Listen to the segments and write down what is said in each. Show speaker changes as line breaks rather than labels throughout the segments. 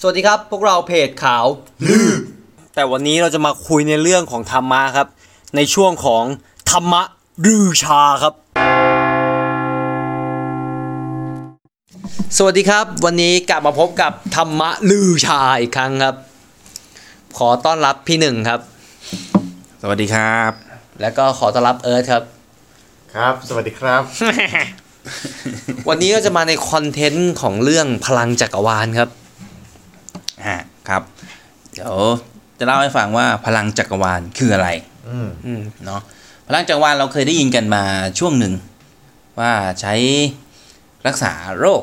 สวัสดีครับ พวกเราเพจขาว
แต่วันนี้เราจะมาคุยในเรื่องของธรรมะครับ ในช่วงของธรรมะรือชาครับ
สวัสดีครับ วันนี้กลับมาพบกับธรรมะลือชาอีกครั้งครับ ขอต้อนรับพี่หนึ่งครับ
สวัสดีครับ
แล้วก็ขอต้อนรับเอิร์ธครับ
ครับ สวัสดีครับ
วันนี้ก็จะมาในคอนเทนต์ของเรื่องพลังจักรวาลครับ
ฮะ ครับ เดี๋ยวจะเล่าให้ฟังว่าพลังจักรวาลคืออะไร
อืม
เนาะ พลังจักรวาลเราเคยได้ยินกันมาช่วงหนึ่ง ว่าใช้รักษาโรค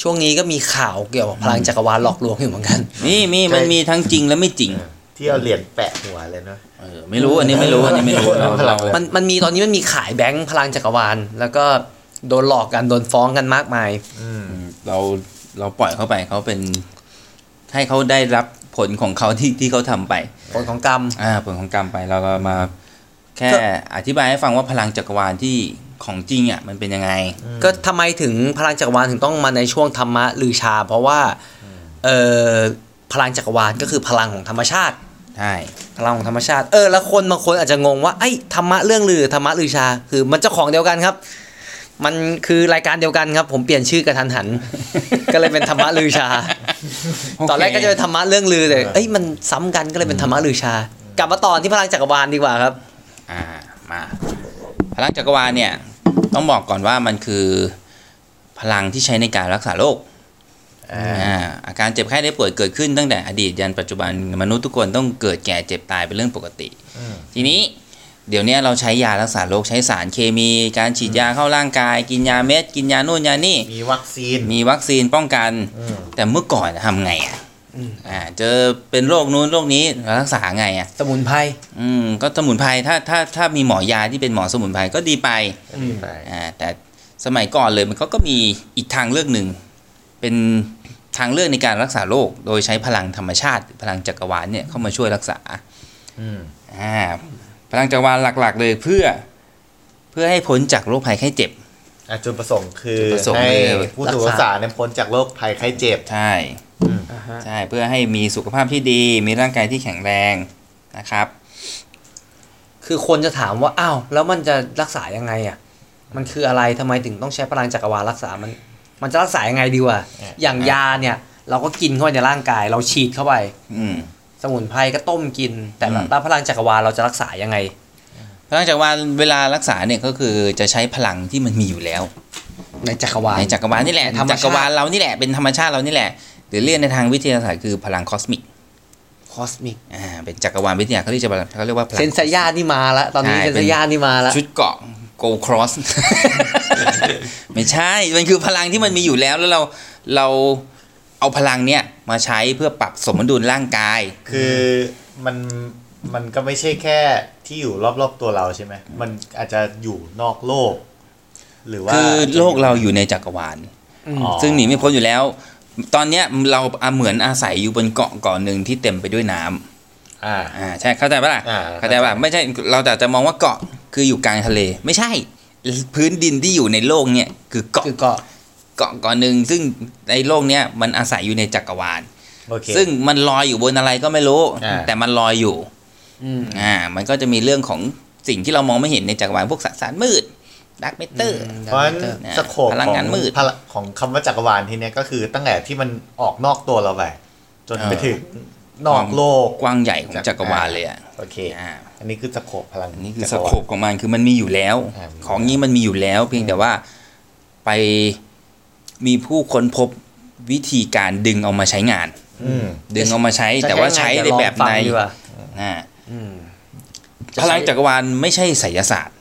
ช่วงนี้ก็มีข่าวเกี่ยวกับพลังจักรวาลหลอกลวงอยู่เหมือนกัน
นี่มี
ใช่
มันมีทั้งจริงและไม่จริง
ที่เอาเหรียญแปะหัวเลยเนาะ
เออ ไม่รู้อันนี้ไม่รู้อันนี้ ไม่รู้เราเรา
เออ
มันมันมีตอนนี้มันมีขายแบงค์พลังจักรวาล แล้วก็โดนหลอกกันโดนฟ้องกันมากมาย
อืม
เราเราปล่อยเขาไปเขาเป็น ให้เขาได้รับผลของเขาที่ที่เขาทำไป
ผลของกรรม
อ่าผลของกรรมไปเราก็มาแค่
ก็
อธิบายให้ฟังว่าพลังจักรวาลที่ของจริงอ่ะมันเป็นยังไง
ก็ทำไมถึงพลังจักรวาลถึงต้องมาในช่วงธรรมะลือชา เพราะว่าเออพลังจักรวาลก็คือพลังของธรรมชาติ
ใช่
พลังของธรรมชาติ เออแล้วคนบางคนอาจจะงงว่าไอ้ยธรรมะเรื่องลือธรรมะลือชา คือมันเจ้าของเดียวกันครับ มันคือรายการเดียวกันครับ ผมเปลี่ยนชื่อกระทันหัน ก็เลยเป็นธรรมะลือชา ตอนแรกก็จะเป็นธรรมะเรื่องลือแต่เอ้ยมันซ้ำกันก็เลยเป็นธรรมะลือชา กลับมาตอนที่พลังจักรวาลดีกว่าครับ
อ่ามาพลังจักรวาลเนี่ยต้องบอกก่อนว่ามันคือพลังที่ใช้ในการรักษาโรคอ่าอาการเจ็บไข้ได้ป่วยเกิดขึ้นตั้งแต่อดีตยันปัจจุบันมนุษย์ทุกคนต้องเกิดแก่เจ็บตายเป็นเรื่องปกติ
อืม
ทีนี้เดี๋ยวเนี้ยเราใช้ยารักษาโรคใช้สารเคมี การฉีดยาเข้าร่างกาย กินยาเม็ด กินยานู่นยานี่
มีวัคซีน
มีวัคซีนป้องกัน
อืม
แต่เมื่อก่อนทำไงอ่ะอ่าเจอเป็นโรคนู้นโรคนี้เรารักษาไงอ่ะ
สมุนไพร
อืมก็สมุนไพรถ้าถ้าถ้ามีหมอยาที่เป็นหมอสมุนไพรก็ดีไป
ไป
อ่าแต่สมัยก่อนเลยมันก็ก็มีอีกทางเลือกหนึ่ง เป็นทางเลือกในการรักษาโรคโดยใช้พลังธรรมชาติพลังจักรวาลเนี่ยเข้ามาช่วยรักษา
อืม
อ่าพลังจักรวาลหลักๆ เลยเพื่อ เพื่อให้พ้นจากโรคภัยไข้เจ็บ
อ่ะจุดประสงค์คือ
จุดประสงค์
ให้
เลย
ผู้ถูกรักษาเนี่ยพ้นจากโรคภัยไข้เจ็บ
ใช่
อืม
ใช่เพื่อให้มีสุขภาพที่ดี มีร่างกายที่แข็งแรงนะครับ
คือคนจะถามว่าอ้าวแล้วมันจะรักษายังไงอ่ะมันคืออะไรทำไมถึงต้องใช้พลังจักรวาลรักษามันมันจะรักษายังไงดีวะอย่างยาเนี่ย เราก็กินเข้าไปในร่างกาย เราฉีดเข้าไป
อืม
สมุนไพรก็ต้มกิน แต่
อืม
รับพลังจักรวาลเราจะรักษายังไง
พลังจักรวาลเวลารักษาเนี่ยก็คือจะใช้พลังที่มันมีอยู่แล้ว
ในจักรวาล
ในจักรวาลนี่แหละ
ธรรมชาติ
จักรวาลเรานี่แหละเป็นธรรมชาติเรานี่แหละหรือเรียกในทางวิทยาศาสตร์คือพลังคอสมิก
คอสมิก
อ่าเป็นจักรวาลวิทยาเขาเรียกจะเขาเรียกว่าพลัง
เซนสยานี่มาละตอนนี้
ใช่
เซน
เป็
ส
น
ยานี่มาละ
ชุดเกราะ โกลครอส ไม่ใช่ มันคือพลังที่มันมีอยู่แล้วแล้วเราเราเอาพลังเนี่ยมาใช้เพื่อปรับสมดุลร่างกาย
คือมัน มันก็ไม่ใช่แค่ที่อยู่รอบๆตัวเราใช่ไหม มันอาจจะอยู่นอกโลก หรือว่า
คือโลกเราอยู่ในจักรวาล
อ๋อ
ซึ่งหนีไม่พ้นอยู่แล้ว ตอนเนี้ยเราเหมือนอาศัยอยู่บนเกาะเกาะหนึ่งที่เต็มไปด้วยน้ำ
อ่า
อ่าใช่เข้าใจปะล่ะ
อ่า
เข้าใจปะไม่ใช่เราแต่จะมองว่าเกาะคืออยู่กลางทะเล ไม่ใช่ พื้นดินที่อยู่ในโลกเนี่ยคือเกาะ
คือเกาะ
เกาะเกาะหนึ่งซึ่งในโลกเนี้ยมันอาศัยอยู่ในจักรวาล
โอเค
ซึ่งมันลอยอยู่บนอะไรก็ไม่รู้
อ่า
แต่มันลอยอยู่
อืม
อ่ามันก็จะมีเรื่องของสิ่งที่เรามองไม่เห็นในจักรวาลพวกสสารมืดดักเมเตอร์
เพราะฉะนั้น
นะ
สโคป
พลังงานมืด
พลังของคำว่าจักรวาลทีเนี้ยก็คือตั้งแต่ที่มันออกนอกตัวเราไปจนไป
เออ
ถึงนอกโลก
กว้างใหญ่ของจักรวาลเลยอ่ะ
โอเค
อ่า
อันนี้คือสโคปพลัง
อันนี่คือส
จักรวาล
โคปของมันคือมันมีอยู่แล้ว
อ่ามี
ของนี้มันมีอยู่แล้ว เพียงแต่ว่าไปมีผู้ค้นพบวิธีการดึงเอามาใช้งาน
อืม
ดึงเอามาใช้แต่ว่าใช้ในแบบไหน
จะยังไงเดี๋ยวลองฟังดีกว่า
อ่า
อืม
พลังจักรวาลไม่ใช่ไสยศาสตร์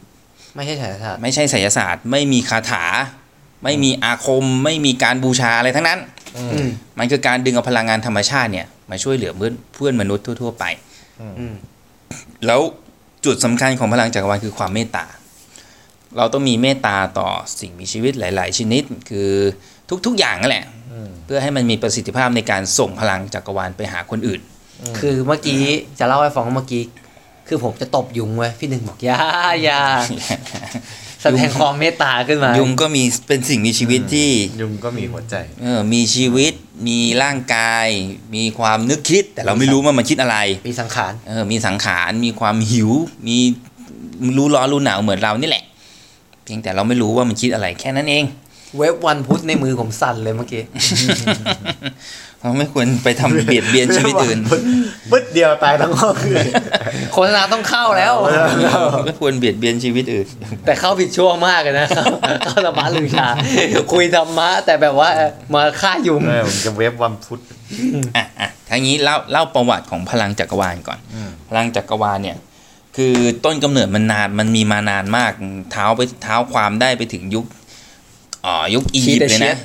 ไม่ใช่ฉายศาสตร์
ไม่ใช่ไสยศาสตร์ ไม่มีคาถา ไม่มีอาคม ไม่มีการบูชาอะไรทั้งนั้น
อืม
มันคือการดึงเอาพลังงานธรรมชาติเนี่ยมาช่วยเหลือเพื่อนเพื่อนมนุษย์ทั่ว ๆ ไป
อืม
แล้วจุดสำคัญของพลังจักรวาลคือความเมตตา เราต้องมีเมตตาต่อสิ่งมีชีวิตหลาย ๆ ชนิด คือทุก ๆ อย่างนั่นแหละ เพื่อให้มันมีประสิทธิภาพในการส่งพลังจักรวาลไปหาคนอื่น
คือเมื่อกี้จะเล่าให้ฟังว่าเมื่อกี้ คือผมจะตบยุงไว้ยพี่หนึ่งบอกอยาอยา แสดงความเมตตาขึ้นมา
ยุงก็มีเป็นสิ่งมีชีวิตที่
ยุงก็มีหัวใจ
เออมีชีวิต มีร่างกาย มีความนึกคิด แต่เราไม่รู้ว่ามันคิดอะไร
มีสังขาร
เออมีสังขาร มีความหิว มีรู้ร้อนรู้หนาวเหมือนเรานี่แหละ เพียงแต่เราไม่รู้ว่ามันคิดอะไรแค่นั้นเอง
เว็บวันพุธในมือผมสั่นเลยเมื่อกี้
เราไม่ควรไปทำเบียดเบียนชีวิตอื่ น
ปึ๊ดเดียวตายทั้งห้องเลย
โฆษณาต้องเข้าแล้ว
ไม่ควรเบียดเบียนชีวิตอื่น
แต่เข้าผิดช่วงมากเลยนะ เข้าเข้าธรรมะ ลือชา คุยธรรมะ แต่แบบว่ามาฆ่ายุง
เออผมจะเว็บวันพุธ
อ่ะอ่ะทั้งนี้เล่าเล่าประวัติของพลังจักรวาลก่อน พลังจักรวาลเนี่ย คือต้นกำเนิดมันนานมันมีมานานมากเท้าไปเท้าความได้ไปถึงยุคอ๋อยุคอียิปต์เลยนะ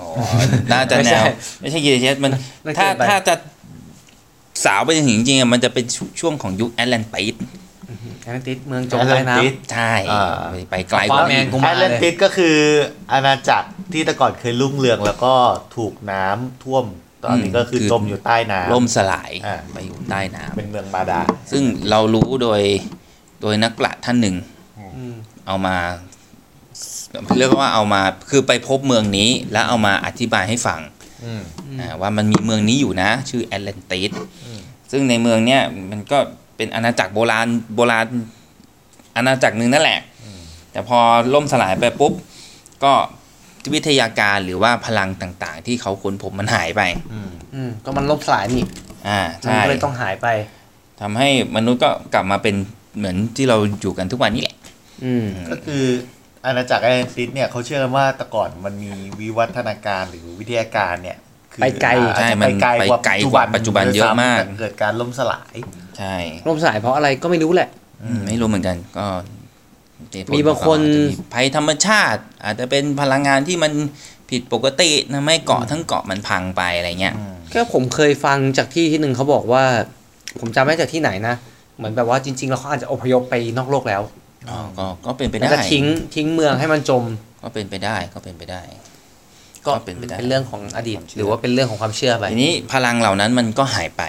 อ๋อน่าจะ
ไม่
แน
ใช่
วไม่ใช่กีเดเชสมัน
นั่นเกินไป
ถ้าถ้าจะสาวไปถึงจริงๆอ่ะมันจะเป็นช่วงช่วงของยุคแอตแลนติส
แอนติสเมืองจมใต้น้
แอตแลนติส
ใช่
อ่า
ไปไปไกลกว่า
แม
อี
น
ก
กู
แอ
มา
ต
เล
แล
ย
นติสก็คืออาณาจักรที่แต่ก่อนเคยรุ่งเรืองแล้วก็ถูกน้ำท่วม ตอนนี้ก็คือจมอยู่ใต้น้ำ
ล่มสลาย
อ่า
ไปอยู่ใต้น้ำ
เป็นเมืองบาดาล
ซึ่งเรารู้โดยโดยนักปราชญ์ท่านหนึ่ง
ำอืม
เอามาเรียกว่าเอามาคือไปพบเมืองนี้ แล้วเอามาอธิบายให้ฟัง
อืม
อ่าว่ามันมีเมืองนี้อยู่นะ ชื่อแอตแลนติสซึ่งในเมืองเนี้ยมันก็เป็นอาณาจักรโบราณโบราณอาณาจักรหนึ่งนั่นแหละ แต่พอล่มสลายไปปุ๊บ ก็วิทยาการหรือว่าพลังต่างๆ ที่เขาค้นพบมันหายไป
อืมก็มันลบสลายนี่
อ่า
มัน
ใช่
ก็เลยต้องหายไป
ทำให้มนุษย์ก็กลับมาเป็นเหมือนที่เราอยู่กันทุกวันนี้แหละ
อืม
ก็คืออาณาจักรแอตแลนติสเนี่ยเขาเชื่อกันว่าแต่ก่อนมันมีวิวัฒนาการหรือวิทยาการเนี่ยคือ
ไปไกล
อาจจะ
ใช่มัน
ไปไกลกว่า
ไปไกล
ปัจจุ
ก
บั
ว่าน ปัจจุบันเยอะมาก
แต่เกิดการล่มสลาย
ใช่
ลบสลายเพราะอะไรก็ไม่รู้แหละ
อืมไม่รู้เหมือนกันก็เหตุผล
มีบางคน
ก็อจจะมีภัยธรรมชาติ อาจจะเป็นพลังงานที่มันผิดปกติทำให้เกาะทั้งเกาะมันพังไปอะไรเงี้ย
ก็ผมเคยฟังจากที่ที่หนึ่งเขาบอกว่า ผมจำไม่ได้จากที่ไหนนะ เหมือนแบบว่าจริง ๆ แล้วเขาอาจจะอพยพไปนอกโลกแล้ว
อ๋อก็ก็เป็นไป
แล้ว
ได้
ก็ทิ้งทิ้งเมืองให้มันจม
ก็เป็นไปได้ก็เป็นไปได้ ก็
ก็
เป็นไปได้
เป็นเรื่องของอดีต
ความเชื่อ
หรือว่าเป็นเรื่องของความเชื่อไป
ทีนี้พลังเหล่านั้นมันก็หายไป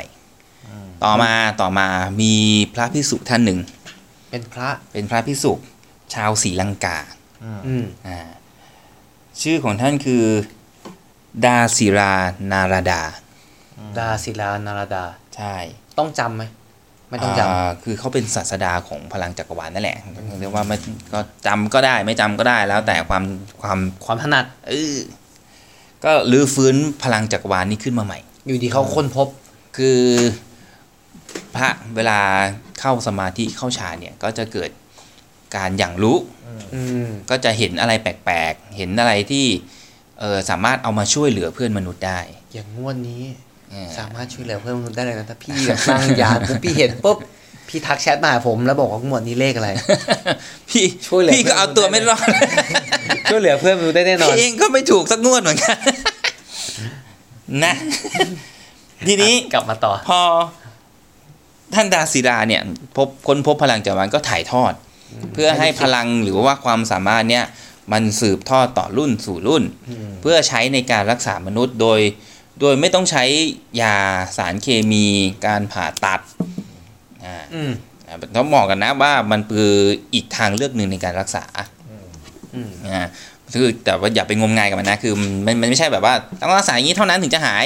ต่อมาต่อมามีพระพิสุท่านหนึ่ง
เป็นพระ
เป็นพระพิสุชาวศรีลังกา
อืม
อ่าชื่อของท่านคือ ดาศิรานาราดา
ดาศิลานาราดา
ใช่
ต้องจำไหมไม่ต้องจำ
าคือเขาเป็นศาสดาของพลังจักรวาลนั่นแหละ เรียกว่าไม่ก็จำก็ได้ไม่จำก็ได้แล้วแต่ความความ
ความถนัด
เออก็รื้อฟื้นพลังจักรวาลนี้ขึ้นมาใหม่
อยู่ดีเขาค้นพบ
คือพระเวลาเข้าสมาธิเข้าฌานเนี่ยก็จะเกิดการอย่างรู้
อืม
ก็จะเห็นอะไรแปลกๆ เห็นอะไรที่เออสามารถเอามาช่วยเหลือเพื่อนมนุษย์ได้
อย่างงวดนี้
เออ
สามารถช่วยเหลือเพื่อนมนุษย์ได้เลยนะถ้าพี่แบบนั่งยานปุ๊บพี่เห็นปุ๊บ พี่ทักแชทมาหาผมแล้วบอกว่างวดนี้เลข อะไร
พี่
ช่วยเหลือ
พี่ก็เอาตัวไม่รอด
ช่วยเหลือเพื่อนมนุษย์ได้แน่นอ
พี่
น
เองก็ไม่ถูกสักงวดเหมือนกัน นะ ทีนี้
กลับมาต่อ
พอท่านดาศิดาเนี่ย พบค้นพบพลังจักรวาลก็ถ่ายทอด เพื่อให้พลังหรือว่าความสามารถเนี่ย มันสืบทอดต่อรุ่นสู่รุ่น เพื่อใช้ในการรักษามนุษย์โดย โดยไม่ต้องใช้ยาสารเคมีการผ่าตัดอ่า
อืม
อ่าต้องบอกกันนะว่ามันคืออีกทางเลือกหนึ่งในการรักษา
อืม
อ่าคือแต่ว่าอย่าไปงมงายกับมันนะคือมันมันไม่ใช่แบบว่าต้องรักษาอย่างนี้เท่านั้นถึงจะหาย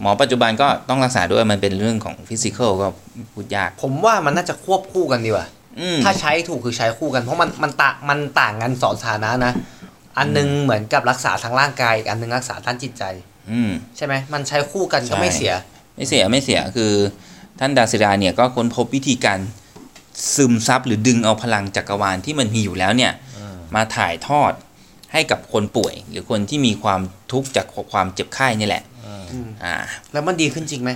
หมอปัจจุบันก็ต้องรักษาด้วยมันเป็นเรื่องของฟิสิกอลก็พูดยาก
ผมว่ามันน่าจะควบคู่กันดีกว่า
อืม
ถ้าใช้ถูกคือใช้คู่กัน เพราะมันมันต่างมันต่างกันสองสถานะนะ อันหนึงเหมือนกับรักษาทางร่างกายอีกอันหนึงรักษาด้านจิตใจ
อืม
ใช่ไหมมันใช้คู่กันก็ไม่
ใช่
เสีย
ไม่เสียไม่เสียคือท่านดาศิราเนี่ยก็ค้นพบวิธีการซึมซับหรือดึงเอาพลังจักรวาลที่มันมีอยู่แล้วเนี่ย มาถ่ายทอดให้กับคนป่วย หรือคนที่มีความทุกข์จากความเจ็บไข้นี่แหละ
ม
อ่า
แล้วมันดีขึ้นจริงไหม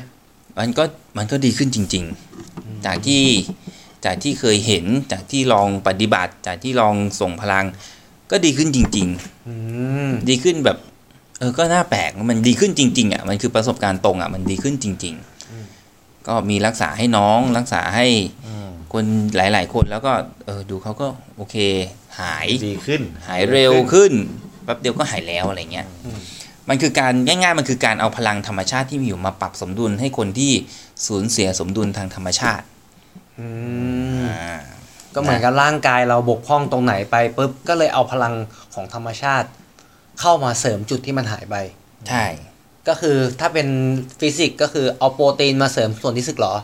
มันก็มันก็ดีขึ้นจริง ๆ จากที่จากที่เคยเห็นจากที่ลองปฏิบัติ จากที่ลองส่งพลัง ก็ดีขึ้นจริง
อืม
ๆ ดีขึ้นแบบ เออก็น่าแปลกมันดีขึ้นจริง ๆอ่ะมันคือประสบการณ์ตรงอ่ะมันดีขึ้นจริง ๆ ก็มีรักษาให้น้องรักษาให้คนหลาย ๆ คนแล้วก็เออดูเขาก็โอเคหาย
ดีขึ้น
หายเร็วขึ้นแป๊บเดียวก็หายแล้วอะไรเงี้ย มันคือการง่ายๆ มันคือการเอาพลังธรรมชาติที่มีอยู่มาปรับสมดุลให้คนที่สูญเสียสมดุลทางธรรมชาติ
อืม
อ่า
ก็เหมือนกับร่างกายเราบกพร่องตรงไหนไปปุ๊บก็เลยเอาพลังของธรรมชาติ เข้ามาเสริมจุดที่มันหายไป
ใช่
ก็คือถ้าเป็นฟิสิกส์ก็คือเอาโปรตีนมาเสริมส่วนที่สึกหรอ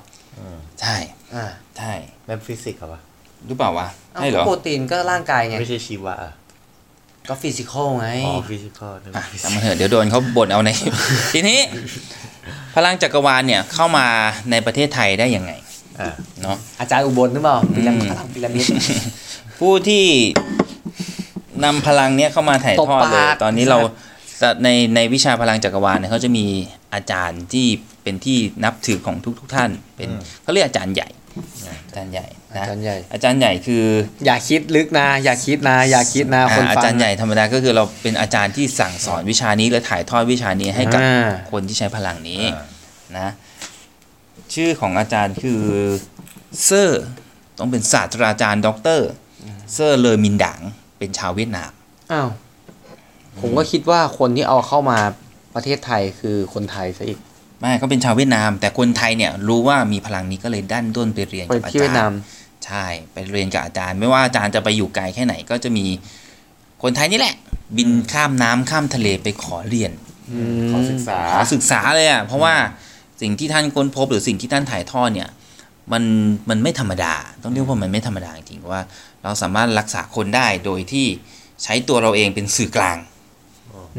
ใช่
อ่า
ใช่
นั่นฟิสิกส์เหรอวะ
หรือเปล่าวะ
เอา
ใช่เหรอ
โปรตีนก็ร่างกายไง
ไม่ใช่ชีวะอะ
ก็ฟิสิกอลไง
อ๋อฟิสิกส์นึก
อ่ะ
ว่าฟิสิ
จำ
ก
มา
ส์
เถอะเดี๋ยวโดนเขาบ่นเอาใน ทีนี้ พลังจักรวาลเนี่ยเข้ามาในประเทศไทยได้ยังไง
อ่ะ
เนาะ
อาจารย์อุบลหรือเปล่าพีระมิด
อืม
พลังพีระมิด
ผู้ที่นำพลังเนี่ยเข้ามาถ่ายทอ
ตบ
ดเลย
ปาก
ตอนนี้เราในในวิชาพลังจักรวาลเนี่ยเขาจะมีอาจารย์ที่เป็นที่นับถือของทุกทท่าน เป็นเขาเรียกอาจารย์ใหญ่อาจารย์ใหญ่
อา
นะ
จารย์ใหญ่
อาจารย์ใหญ่คือ
อย่าคิดลึกนะ อย่าคิดนะ อย่าคิดนะ
อา
คน
อา
ฟัง
จารย์ใหญ่ธรรมดาก็คือเราเป็นอาจารย์ที่สั่งสอนวิชานี้และถ่ายทอดวิชานี้ให้กับ
อ่า
คนที่ใช้พลังนี้
อ่ะ
นะชื่อของอาจารย์คือเซอร์ต้องเป็นศาสตราจารย์ด็อกเตอร์เซอร์เลอมินดังเป็นชาวเวียดนาม
อ้าวผมก็คิดว่าคนที่เอาเข้ามาประเทศไทยคือคนไทยซะอีก
ไม่เขาเป็นชาวเวียดนาม แต่คนไทยเนี่ยรู้ว่ามีพลังนี้ก็เลยดันด้นไปเรียน
ไป
กับอา
ที่เวีย
จาน
ดาร ม
ย์ใช่ไปเรียนกับอาจารย์ ไม่ว่าอาจารย์จะไปอยู่ไกลแค่ไหนก็จะมีคนไทยนี่แหละ บินข้ามน้ำข้ามทะเลไปขอเรียน
อื
ขอ
ม
ศึกษา
ขอศึกษาเลยอ่ะเพราะว่าสิ่งที่ท่านค้นพบหรือสิ่งที่ท่านถ่ายทอดเนี่ยมันมันไม่ธรรมดา ต้องเรียกว่ามันไม่ธรรมดาจริงๆว่า เราสามารถรักษาคนได้โดยที่ใช้ตัวเราเองเป็นสื่อกลาง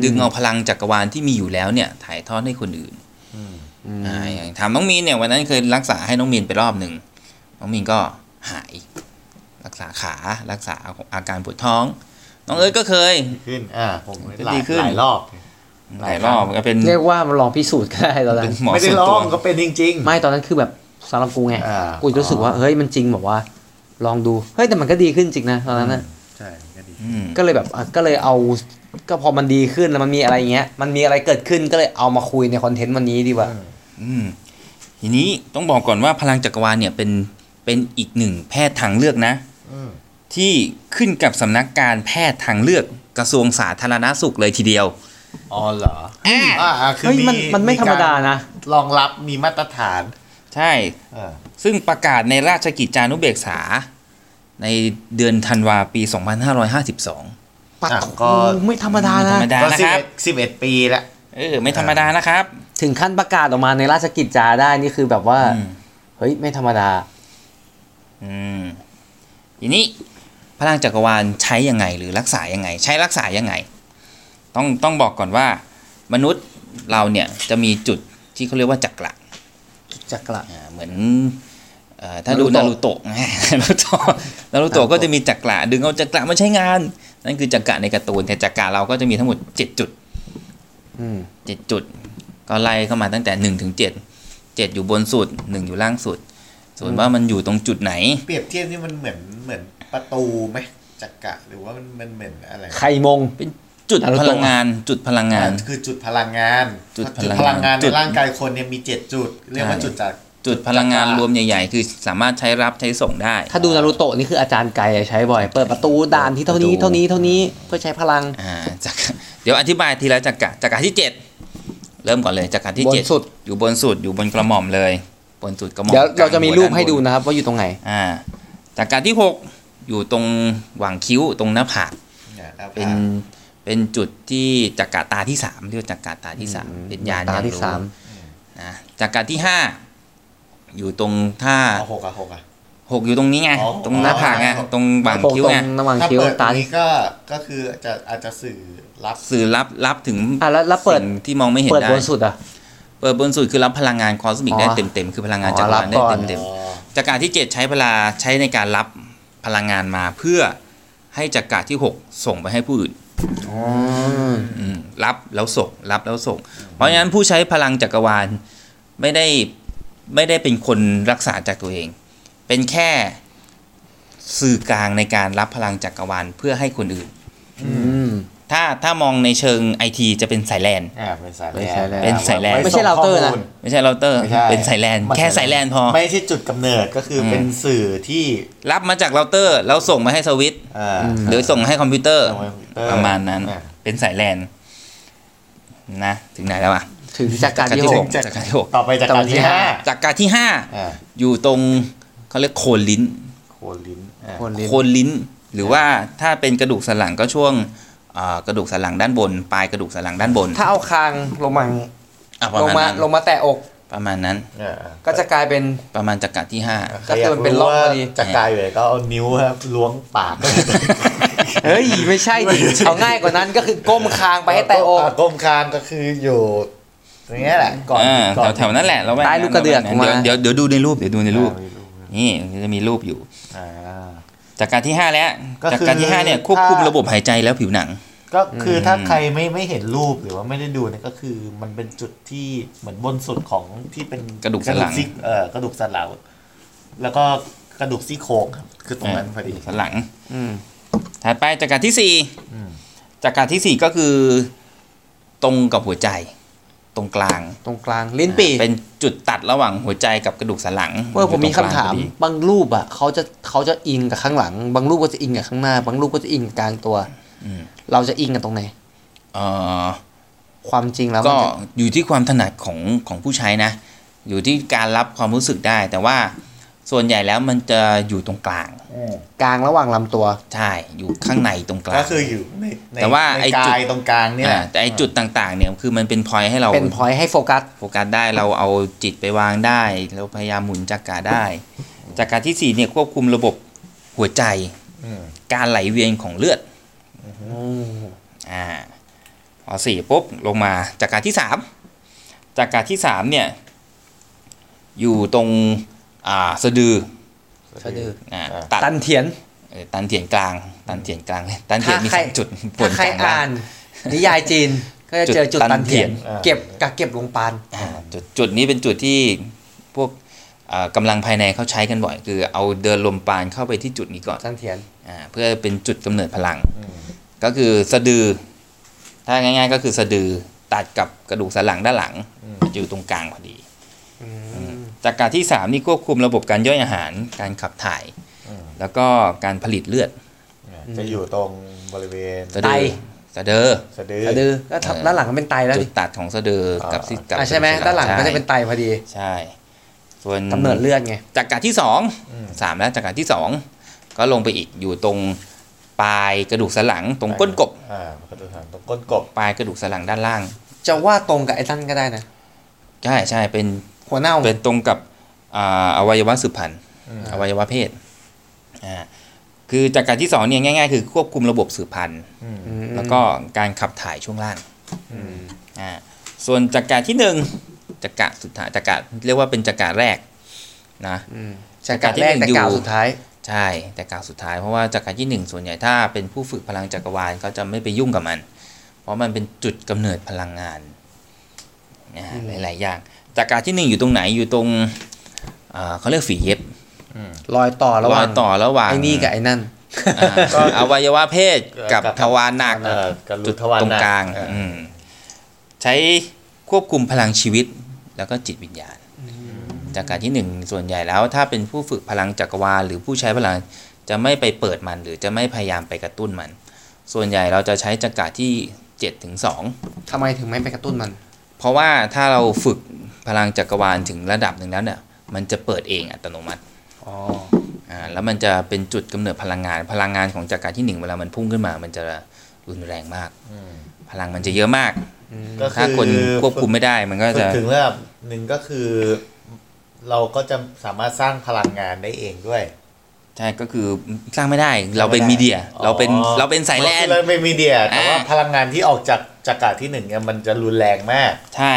ดึงเอาพลังจักรวาลที่มีอยู่แล้วเนี่ยถ่ายทอดให้คนอื่นอ่าอย่างถามน้องมีนเนี่ยวันนั้นเคยรักษาให้น้องมีนไปรอบหนึ่งน้องมีนก็หาย รักษาขารักษาอาการปวดท้อง น้องเอิร์ธก็เคย
ขึ้น อ่า ผม
จะ
หลา
ดี
ย
ขึ้น
หลายรอบ
หลายรอบก็เป็น
เรียกว่ามันลองพิสูจน์ก็ได้ตอนนั้
เป็น
น
หมอ
ไม่ได้
ส่วน
ล
ตั
อ
ว
งก็เป็นจริง
ไม่ตอนนั้นคือแบบสำหรับกูไง
อ่ากู
กูรู้สึกว่าเฮ้ยมันจริงแบบว่า ลองดู เฮ้ยแต่มันก็ดีขึ้นจริงนะตอนนั้นน่ะ
ๆ ใช่ก็ดี
อืม
ก็เลยแบบอ่ะก็เลยเอา ก็พอมันดีขึ้นแล้วมันมีอะไรอย่างเงี้ย มันมีอะไรเกิดขึ้นก็เลยเอามาคุยในคอนเทนต์วันนี้ดีกว่า
อืมทีนี้ต้องบอกก่อนว่าพลังจักรวาลเนี่ยเป็นเป็นอีกหนึ่งแพทย์ทางเลือกนะ
อืม
ที่ขึ้นกับสำนักการแพทย์ทางเลือกกระทรวงสาธารณาสุขเลยทีเดียว
อ๋อเหรออ่าอ่าคือ
เฮ้ยมันมันไม่ธรรมดานะ
รองรับมีมาตรฐาน
ใช่
เออ
ซึ่งประกาศในราชกิจจานุเบกษา ในเดือนธันวาปี 2552
ปัก
อ่ะ
โอ้
ก็
ไม่ธรรมดานะ
ไม่ธรรมดา
ก็
นะ
สิ
ค
บ
รับ
เอ็ดสิบเอ็ดปีแล้ว
เออ ไม่ธรรมดานะครับ
ถึงขั้นประกาศออกมาในราชกิจจาได้นี่คือแบบว่า
อืม
เฮ้ยไม่ธรรมดา
อืมทีนี้พลังจักรวาลใช้ยังไงหรือรักษายังไง ใช้รักษายังไง ต้องต้องบอกก่อนว่า มนุษย์เราเนี่ยจะมีจุดที่เขาเรียกว่าจักระ
จักระ
อ่าเหมือนเอ่อถ้าดูนา
Naruto
รูโตะ นารูโตะนารูโตะก็จะมีจักระดึงเอาจักระมาใช้งาน นั่นคือจักระในการ์ตูนแต่จักระเราก็จะมีทั้งหมด 7 จุด
อืม
7 จุด ก็ไล่เข้ามาตั้งแต่1ถึง7 7 อยู่บนสุด 1 อยู่ล่างสุด ส่วนว่ามันอยู่ตรงจุดไหน
เปรียบเทียบนี่มันเหมือนเหมือนประตูไหมจักระหรือว่ามันมันเหมือนอะไร
ใครมง
เป็นจุด
นารู
พ
โตะ
ลังงานจุดพลังงาน
อ่คือจุดพลังงาน
จุด
เพราะจุด
พ
พ
ลั
ลั
งงาง
งาน น
จุ
ใน
ด
ร่างกายคนเนี่ยมีเจ็ดจุด เรียกว่าจุดจักร
จุดพลังงาน
จักร
รวมใหญ่ ๆ คือสามารถใช้รับใช้ส่งได้
ถ้าดูนารูโตะนี่คืออาจารย์ไกรใช้บ่อย เปิดประตูด่านที่เท่านี้
ประตู
เท่านี้เท่านี้เพื่อใช้พลัง
อ่าจักรเดี๋ยวอธิบายทีละจักระจักระที่ 7 เริ่มก่อนเลยจักระที่
บน
เจ็ด
สุด
อยู่บนสุดอยู่บนกระหม่อมเลย บนสุดกระหม่อม
เดี๋ยวเราจะมีรูป
กลาง
ให้ดู
บน
นะครับว่าอยู่ตรงไหน
อ่าจักระที่ 6 อยู่ตรงหว่างคิ้วตรงหน้าผาก
เนี่ยะ
เป็นเป็นจุดที่จักระตาที่3เรียกว่าจักระตาที่ 3 เป็นยาน
ตาที่
เรียนรู้
สาม
นะจักระที่ 5 อยู่ตรงท่า
เอาหกอะหกอะ
หกอยู่ตรงนี้ไง
อ๋อ
ตรงหน้าผากไง
อ๋อ
ตรงหว่าง
ตรง
คิ้ว
ตรง
ไง
ระหว่าง
ถ้า
คิ้ว
เปิดตร
ตาง ที่
นี้ก็ก็คืออาจจะอาจจะสื่อรับ
สื่อรับรับถึง
อ่ะแล้วแล้วเปิด
สิ่งที่มองไม่เห็น
เปิด
ได้
บนสุดอ่ะ
เปิดบนสุดคือรับพลังงานคอสมิก
อ๋อ
ได้เต็มเต็มๆคือพลังงาน
อ๋อ
จักรวา
รั
ล
บ
ได้
ก่อน
เต็มเต็มๆจักรวาลที่ 7 ใช้เวลาใช้ในการรับพลังงานมาเพื่อให้จักรวาลที่ 6 ส่งไปให้ผู้อื่นอืมรับแล้วส่งรับแล้วส่ง เพราะฉะนั้นผู้ใช้พลังจักรวาลไม่ได้ไม่ได้เป็นคนรักษาจากตัวเอง เป็นแค่สื่อกลางในการรับพลังจักรวาลเพื่อให้คนอื่น
อืม
ถ้าถ้ามองในเชิงไอทีจะเป็นสายแลน
อ่าเป็นสาย
เป็นสายแลน
แลน
เป็น
สายแลน
ว้
ไม่ใช่
ส่ง
เราเตอร์
ข้
นะ
มูล
ไม่ใใช่เราเตอร์
ไม่ใช่
เป็นสายแลนแค่สายแลนพอ
ไม่ใช่จุดกำเนิดก็คืออ
ม
เป็นสื่อที่
รับมาจากเราเตอร์แล้วส่งมาให้สวิตช์
อ่า
หรือส่งให้คอมพิวเตอร์
ส่งให้คอมพิวเตอร์
ประมาณนั้น
อ่ะ
เป็นสายแลนนะถึงไหนแล้วอ่ะ
ถึงจักร
จักรที่
ที่
ห
ห
ก
ก
จาก
จักรที่หก
ต่อไปจากการที่ห้า
จากการที่
อ่า
5 อยู่ตรงเขาเรียกโคนลิ้น โค
โคนลิ้นอ่ะ
คนลิ้น
โคนลิ้น หรือว่าถ้าเป็นกระดูกสันหลังก็ช่วงอ่ากระดูกสันหลังด้านบน ปลายกระดูกสันหลังด้านบน
ถ้าเอาคางลงมาอย่างงี้
อ่ะประ
ลง
มาณ
มา
นั้น
ลงมาแตะอก
ประมาณนั้น
อ่ะ
ก็จะกลายเป็น
ประมาณจักรที่ห้า
ใครอยา
ก็คือมันเป็นร่องพอดี
ว่าจะกลายอยู่ไหนก็เอานิ้วครับล้วงปาก
เฮ้ยไม่ใช่ดิเอาง่ายกว่านั้นก็คือก้มคางไปให้แตะอก
าก้มคางก็คืออยู่ตรงเนี้ยแหละก่อน
อ่า
ก่อน
แถวๆนั่นแหละเรา
ใต้ลูกกระเดือก
เดี๋ยว
มา
เดี๋ยวเดี๋ยวดูในรูปเดี๋ยวดูในรูป
อ่ามีรูป
นี่จะมีรูปอยู่
อ่า
จากการที่ 5 แล้ว
ก็คื
จา
อ
กการที่ 5 เนี่ยควบคุม
ถ้า
ระบบหายใจแล้วผิวหนัง
ก็คือถ้าใครไม่ไม่เห็นรูปหรือว่าไม่ได้ดูเนี่ยก็คือมันเป็นจุดที่เหมือนบนสุดของที่เป็น
กระดูกสันหลัง
ซี่เอ่อกระดูกสันหลังแล้วก็กระดูกซี่โครงครับคือตรงนั้นพอดี
สันหลังถัดไปจากการที่ 4 จากการที่ 4 ก็คือ ตรงกับหัวใจ ตรงกลาง
ตรงกลางลิ้นปี่
เป็นจุดตัดระหว่างหัวใจกับกระดูกสันหลัง
เมื่อผมมี
ยู่
คำ
ตรงกลง
ถาม
พอดี
บางรูปอ่ะเขาจะเขาจะอิงกับข้างหลัง บางรูปก็จะอิงกับข้างหน้า บางรูปก็จะอิงกับกลางตัว
อืม
เราจะอิงกันตรงไหน
เอ่อ
ความจริงแล้วมัน
ก็
จะ
อยู่ที่ความถนัดของของผู้ใช้นะ อยู่ที่การรับความรู้สึกได้ แต่ว่าส่วนใหญ่แล้วมันจะอยู่ตรงกลาง
กลางระหว่างลำตัว
ใช่ อยู่ข้างในตรงกลาง
ก็คืออยู่ในใน
แต่ว่า
ใน
ไอ้
กา
จุด
ยตรงกลางเนี่ยแห
อ่า
ละ
แต่ไอจุดต่างๆเนี่ยคือมันเป็นพอยให้เรา
เป็นพอยต์ให้โฟกัส
โฟกัสได้เราเอาจิตไปวางได้เราพยายามหมุนจักราได้ จักราที่สี่เนี่ยควบคุมระบบหัวใจ
อืม
การไหลเวียนของเลือดอ่าพอสี่ปุ๊บลงมาจักราที่สามจักราที่สามเนี่ยอยู่ตรงอ่าสะดือ
สะดือ
อ่าตัด
ตันเถียน
เอ่อตันเถียงกลาง ตันเถียงกลางเลยตันเถียงมี
ถ้าใคร
สามจุด
ถ้าใคร
บกลงล่
อ่าง น นิยายจีน ก็จะเจอ
จุ
จุ
ด
ด
ตั
ตั
น
น
เถี
เถี
ย
ย
น
น เก็บกักเก็บลงปาน
อ่าจุดจุดนี้เป็นจุดที่พวกเอ่อกำลังภายในเขาใช้กันบ่อย คือเอาเดินลมปราณเข้าไปที่จุดนี้ก่อน
ตันเถียน
อ่าเพื่อเป็นจุดกำเนิดพลัง ก็คือสะดือ ถ้าง่าย ๆ ก็คือสะดือตัดกับกระดูกสันหลังด้านหลังอยู่ตรงกลางพอดีจากการที่ 3 นี่ควบคุมระบบการย่อยอาหารการขับถ่าย แล้วก็การผลิตเลือด
จะอยู่ตรงบริเวณ
สะดื
ไต
อสะดือ
สะดือ
สะดือแล้วทับ
เออ
ด้านหลังก็เป็นไตแล้ว
จุ
ดิ
ดตัดของสะดือกับที่กับ
อ่ะใช่ไหมด้านหลังก็จะเป็นไตพอดี
ใช่ ส่วน
กำเนิดเลือดไง
จากการที่สอง
อืม
สามแล้วจากการที่สองก็ลงไปอีกอยู่ตรงปลายกระดูกสันหลัง ตรงก้นกบ
อ่ากระดูกสันหลังตรงก้นกบ
ปลายกระดูกสันหลังด้านล่าง
จะว่าตรงกับไอ้นั่นก็ได้นะ
ใช่ใช่เป็น
หัวเน่า
เป็นตรงกับอ่าอวัยวะสืบพันธุ์
อืม
อวัยวะเพศอ่าคือจากการที่สองเนี่ยง่ายๆ คือควบคุมระบบสืบพันธุ์
อืม
แล้วก็การขับถ่ายช่วงล่างอ่าส่วนจากการที่หนึ่งจากการสุดท้ายจากการเรียกว่าเป็นจากการแรกนะ
จากการแรกแต่กล่าวสุดท้าย
ใช่แต่กล่าวสุดท้ายเพราะว่าจักรที่หนึ่งส่วนใหญ่ถ้าเป็นผู้ฝึกพลังจักรวาลก็จะไม่ไปยุ่งกับมัน เพราะมันเป็นจุดกำเนิดพลังงานนะฮะหลายๆอย่างจักรที่หนึ่งอยู่ตรงไหนอยู่ตรงอ่าเขาเรียกฝีเย็บ
รอยต่อระห
รอ
ว่าย ง
ต่อระหว่าง
ไอ้นี่กับไอ้นั่น
อ่าอวัยวะเพศกับทวารหนัก
เอ่อกระ
จุ
ดู
ด
กทวาร
ตรง
หนั
กลาง
เอออ
มใช้ควบคุมพลังชีวิตแล้วก็จิตวิญญาณ จากการที่หนึ่งส่วนใหญ่แล้ว ถ้าเป็นผู้ฝึกพลังจักรวาลหรือผู้ใช้พลังจะไม่ไปเปิดมัน หรือจะไม่พยายามไปกระตุ้นมัน ส่วนใหญ่เราจะใช้จักรที่7ถึง2
ทำไมถึงไม่ไปกระตุ้นมัน
เพราะว่าถ้าเราฝึกพลังจักรวาลถึงระดับหนึ่งแล้วเนี่ยมันจะเปิดเองอัตโนมัติ
อ๋อ
อ่าแล้วมันจะเป็นจุดกำเนิดพลังงาน พลังงานของจักรที่หนึ่งเวลามันพุ่งขึ้นมา มันจะรุนแรงมาก
อืม
พลังมันจะเยอะมาก
ก็
ถ้าคนควบคุมไม่ได้มันก็
ฝึ
จะ
กถึงระดับหนึ่งก็คือ เราก็จะสามารถสร้างพลังงานได้เองด้วย
ใช่ก็คือสร้างไม่ได้เราเป็น
สร้างไม่ได้
มีเดีย เราเป็นเราเป็นสายแลน
เราเป็นมีเดียแต่ว่า
อ่า
พลังงานที่ออกจากจักรที่หนึ่งเนี่ยมันจะรุนแรงมาก
ใช่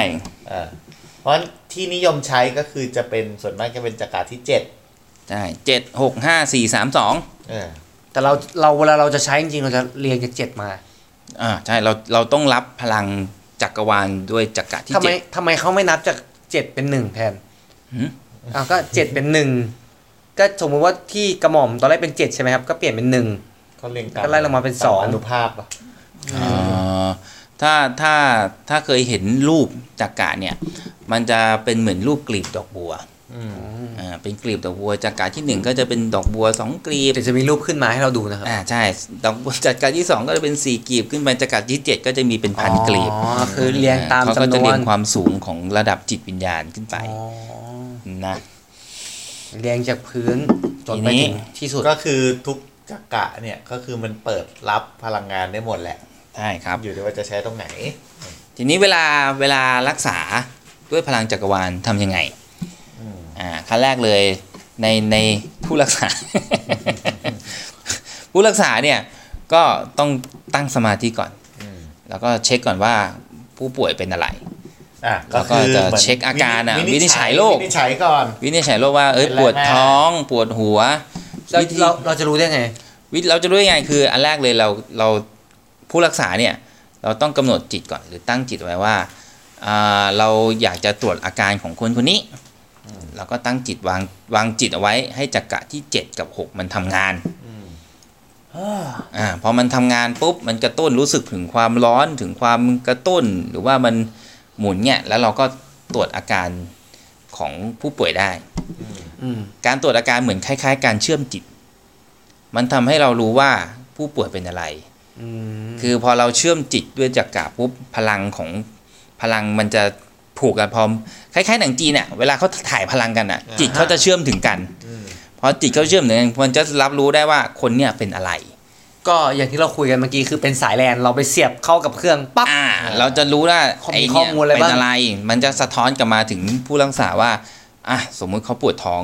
เออเพราะฉะนั้นที่นิยมใช้ก็คือจะเป็นส่วนมากจะเป็นจักรที่เจ็ด
ใช่เจ็ดหกห้าสี่สามสอง
เออ
แต่เราเราเวลาเราจะใช้จริงๆเราจะเรียงจากเจ็ดมา
อ่าใช่เราเราต้องรับพลังจักรวาลด้วยจักรที่
ทำไม
เจ็ด
ทำไมเขาไม่นับจากเจ็ดเป็นหนึ่งแทน
หืม
อ้าวก็เจ็ดเป็นหนึ่งก็สมมติว่าที่กระหม่อมตอนแรกเป็นเจ็ดใช่ไหมครับ ก็เปลี่ยนเป็นหนึ่ง
เขาเรียงตาม
ก็ไล่ลงมาเป็น
ต
สอง
อนุภาพอะ
อ่าถ้าถ้าถ้าเคยเห็นรูปจักรเนี่ย มันจะเป็นเหมือนรูปกลีบดอกบัว
อืม
อ่าเป็นกลีบดอกบัวจักรที่หนึ่งก็จะเป็นดอกบัวสองกลีบ
เดี๋ยวจะมีรูปขึ้นมาให้เราดูนะครับ
อ่าใช่ดอกบัวจักรที่สอง ก็จะเป็นสี่กลีบขึ้นไปจักรที่เจ็ดก็จะมีเป็นพันกลีบ
อ๋อคือเรียงตาม
เขาก็
จำนว
จะเรีย
น
งความสูงของระดับจิตวิญญาณขึ้นไป
อ๋อ
นะ
แรงจากพื้นจนไปถึงที่สุด
ก็คือทุกจักระเนี่ยก็คือมันเปิดรับพลังงานได้หมดแหละ
ใช่ครับ
อยู่ที่ว่าจะใช้ตรงไหน
ทีนี้เวลาเวลารักษาด้วยพลังจักรวาลทำยังไง
อืม
อ่าขั้นแรกเลยในในผู้รักษา ผู้รักษาเนี่ยก็ต้องตั้งสมาธิก่อน
อืม
แล้วก็เช็คก่อนว่าผู้ป่วยเป็นอะไร
อ่ะ
แล้วก็จะเช็คอาการอะวินิจฉัยโรค
วินิจฉัยก่อน
วินิจฉัยโรคว่าเอ้ย
เป็น
ป
ไร
วด
มา
ท้อง ปวดหัว
เรา
วิธี
เราเราจะรู้ได้ไง
วิธีเราจะรู้ยังไงคืออันแรกเลยเราเราผู้รักษาเนี่ยเราต้องกำหนดจิตก่อนหรือตั้งจิตไว้ว่าอ่าเราอยากจะตรวจอาการของคนคนนี้เราก็ตั้งจิตวางวางจิตเอาไว้ให้จักระที่ 7 กับ 6 มันทำงาน
อืม
อ่าพอมันทำงานปุ๊บมันกระตุ้นรู้สึกถึงความร้อนถึงความกระตุ้นหรือว่ามันหมุนเนี่ยแล้วเราก็ตรวจอาการของผู้ป่วยได้
อืม
การตรวจอาการเหมือนคล้ายๆ การเชื่อมจิต มันทำให้เรารู้ว่าผู้ป่วยเป็นอะไร
อืม
คือพอเราเชื่อมจิตด้วยจักระปุ๊บพลังของพลังมันจะผูกกันพร้อมคล้ายๆหนังจีนอ่ะเวลาเขาถ่ายพลังกันอ่ะ จิตเขาจะเชื่อมถึงกัน
อืม
พอจิตเขาเชื่อมถึงกันมันจะรับรู้ได้ว่าคนเนี่ยเป็นอะไร
ก็อย่างที่เราคุยกันเมื่อกี้คือเป็นสายแลนเราไปเสียบเข้ากับเครื่องปั๊บ
อ่าเราจะรู้ว่า
ข้อมูล
ไอ้
ข้อ
เนี่ย
มูลอะไร
เป็
บ้าง
นอะไร มันจะสะท้อนกลับมาถึงผู้รักษาว่าอ่ะสมมุติเขาปวดท้อง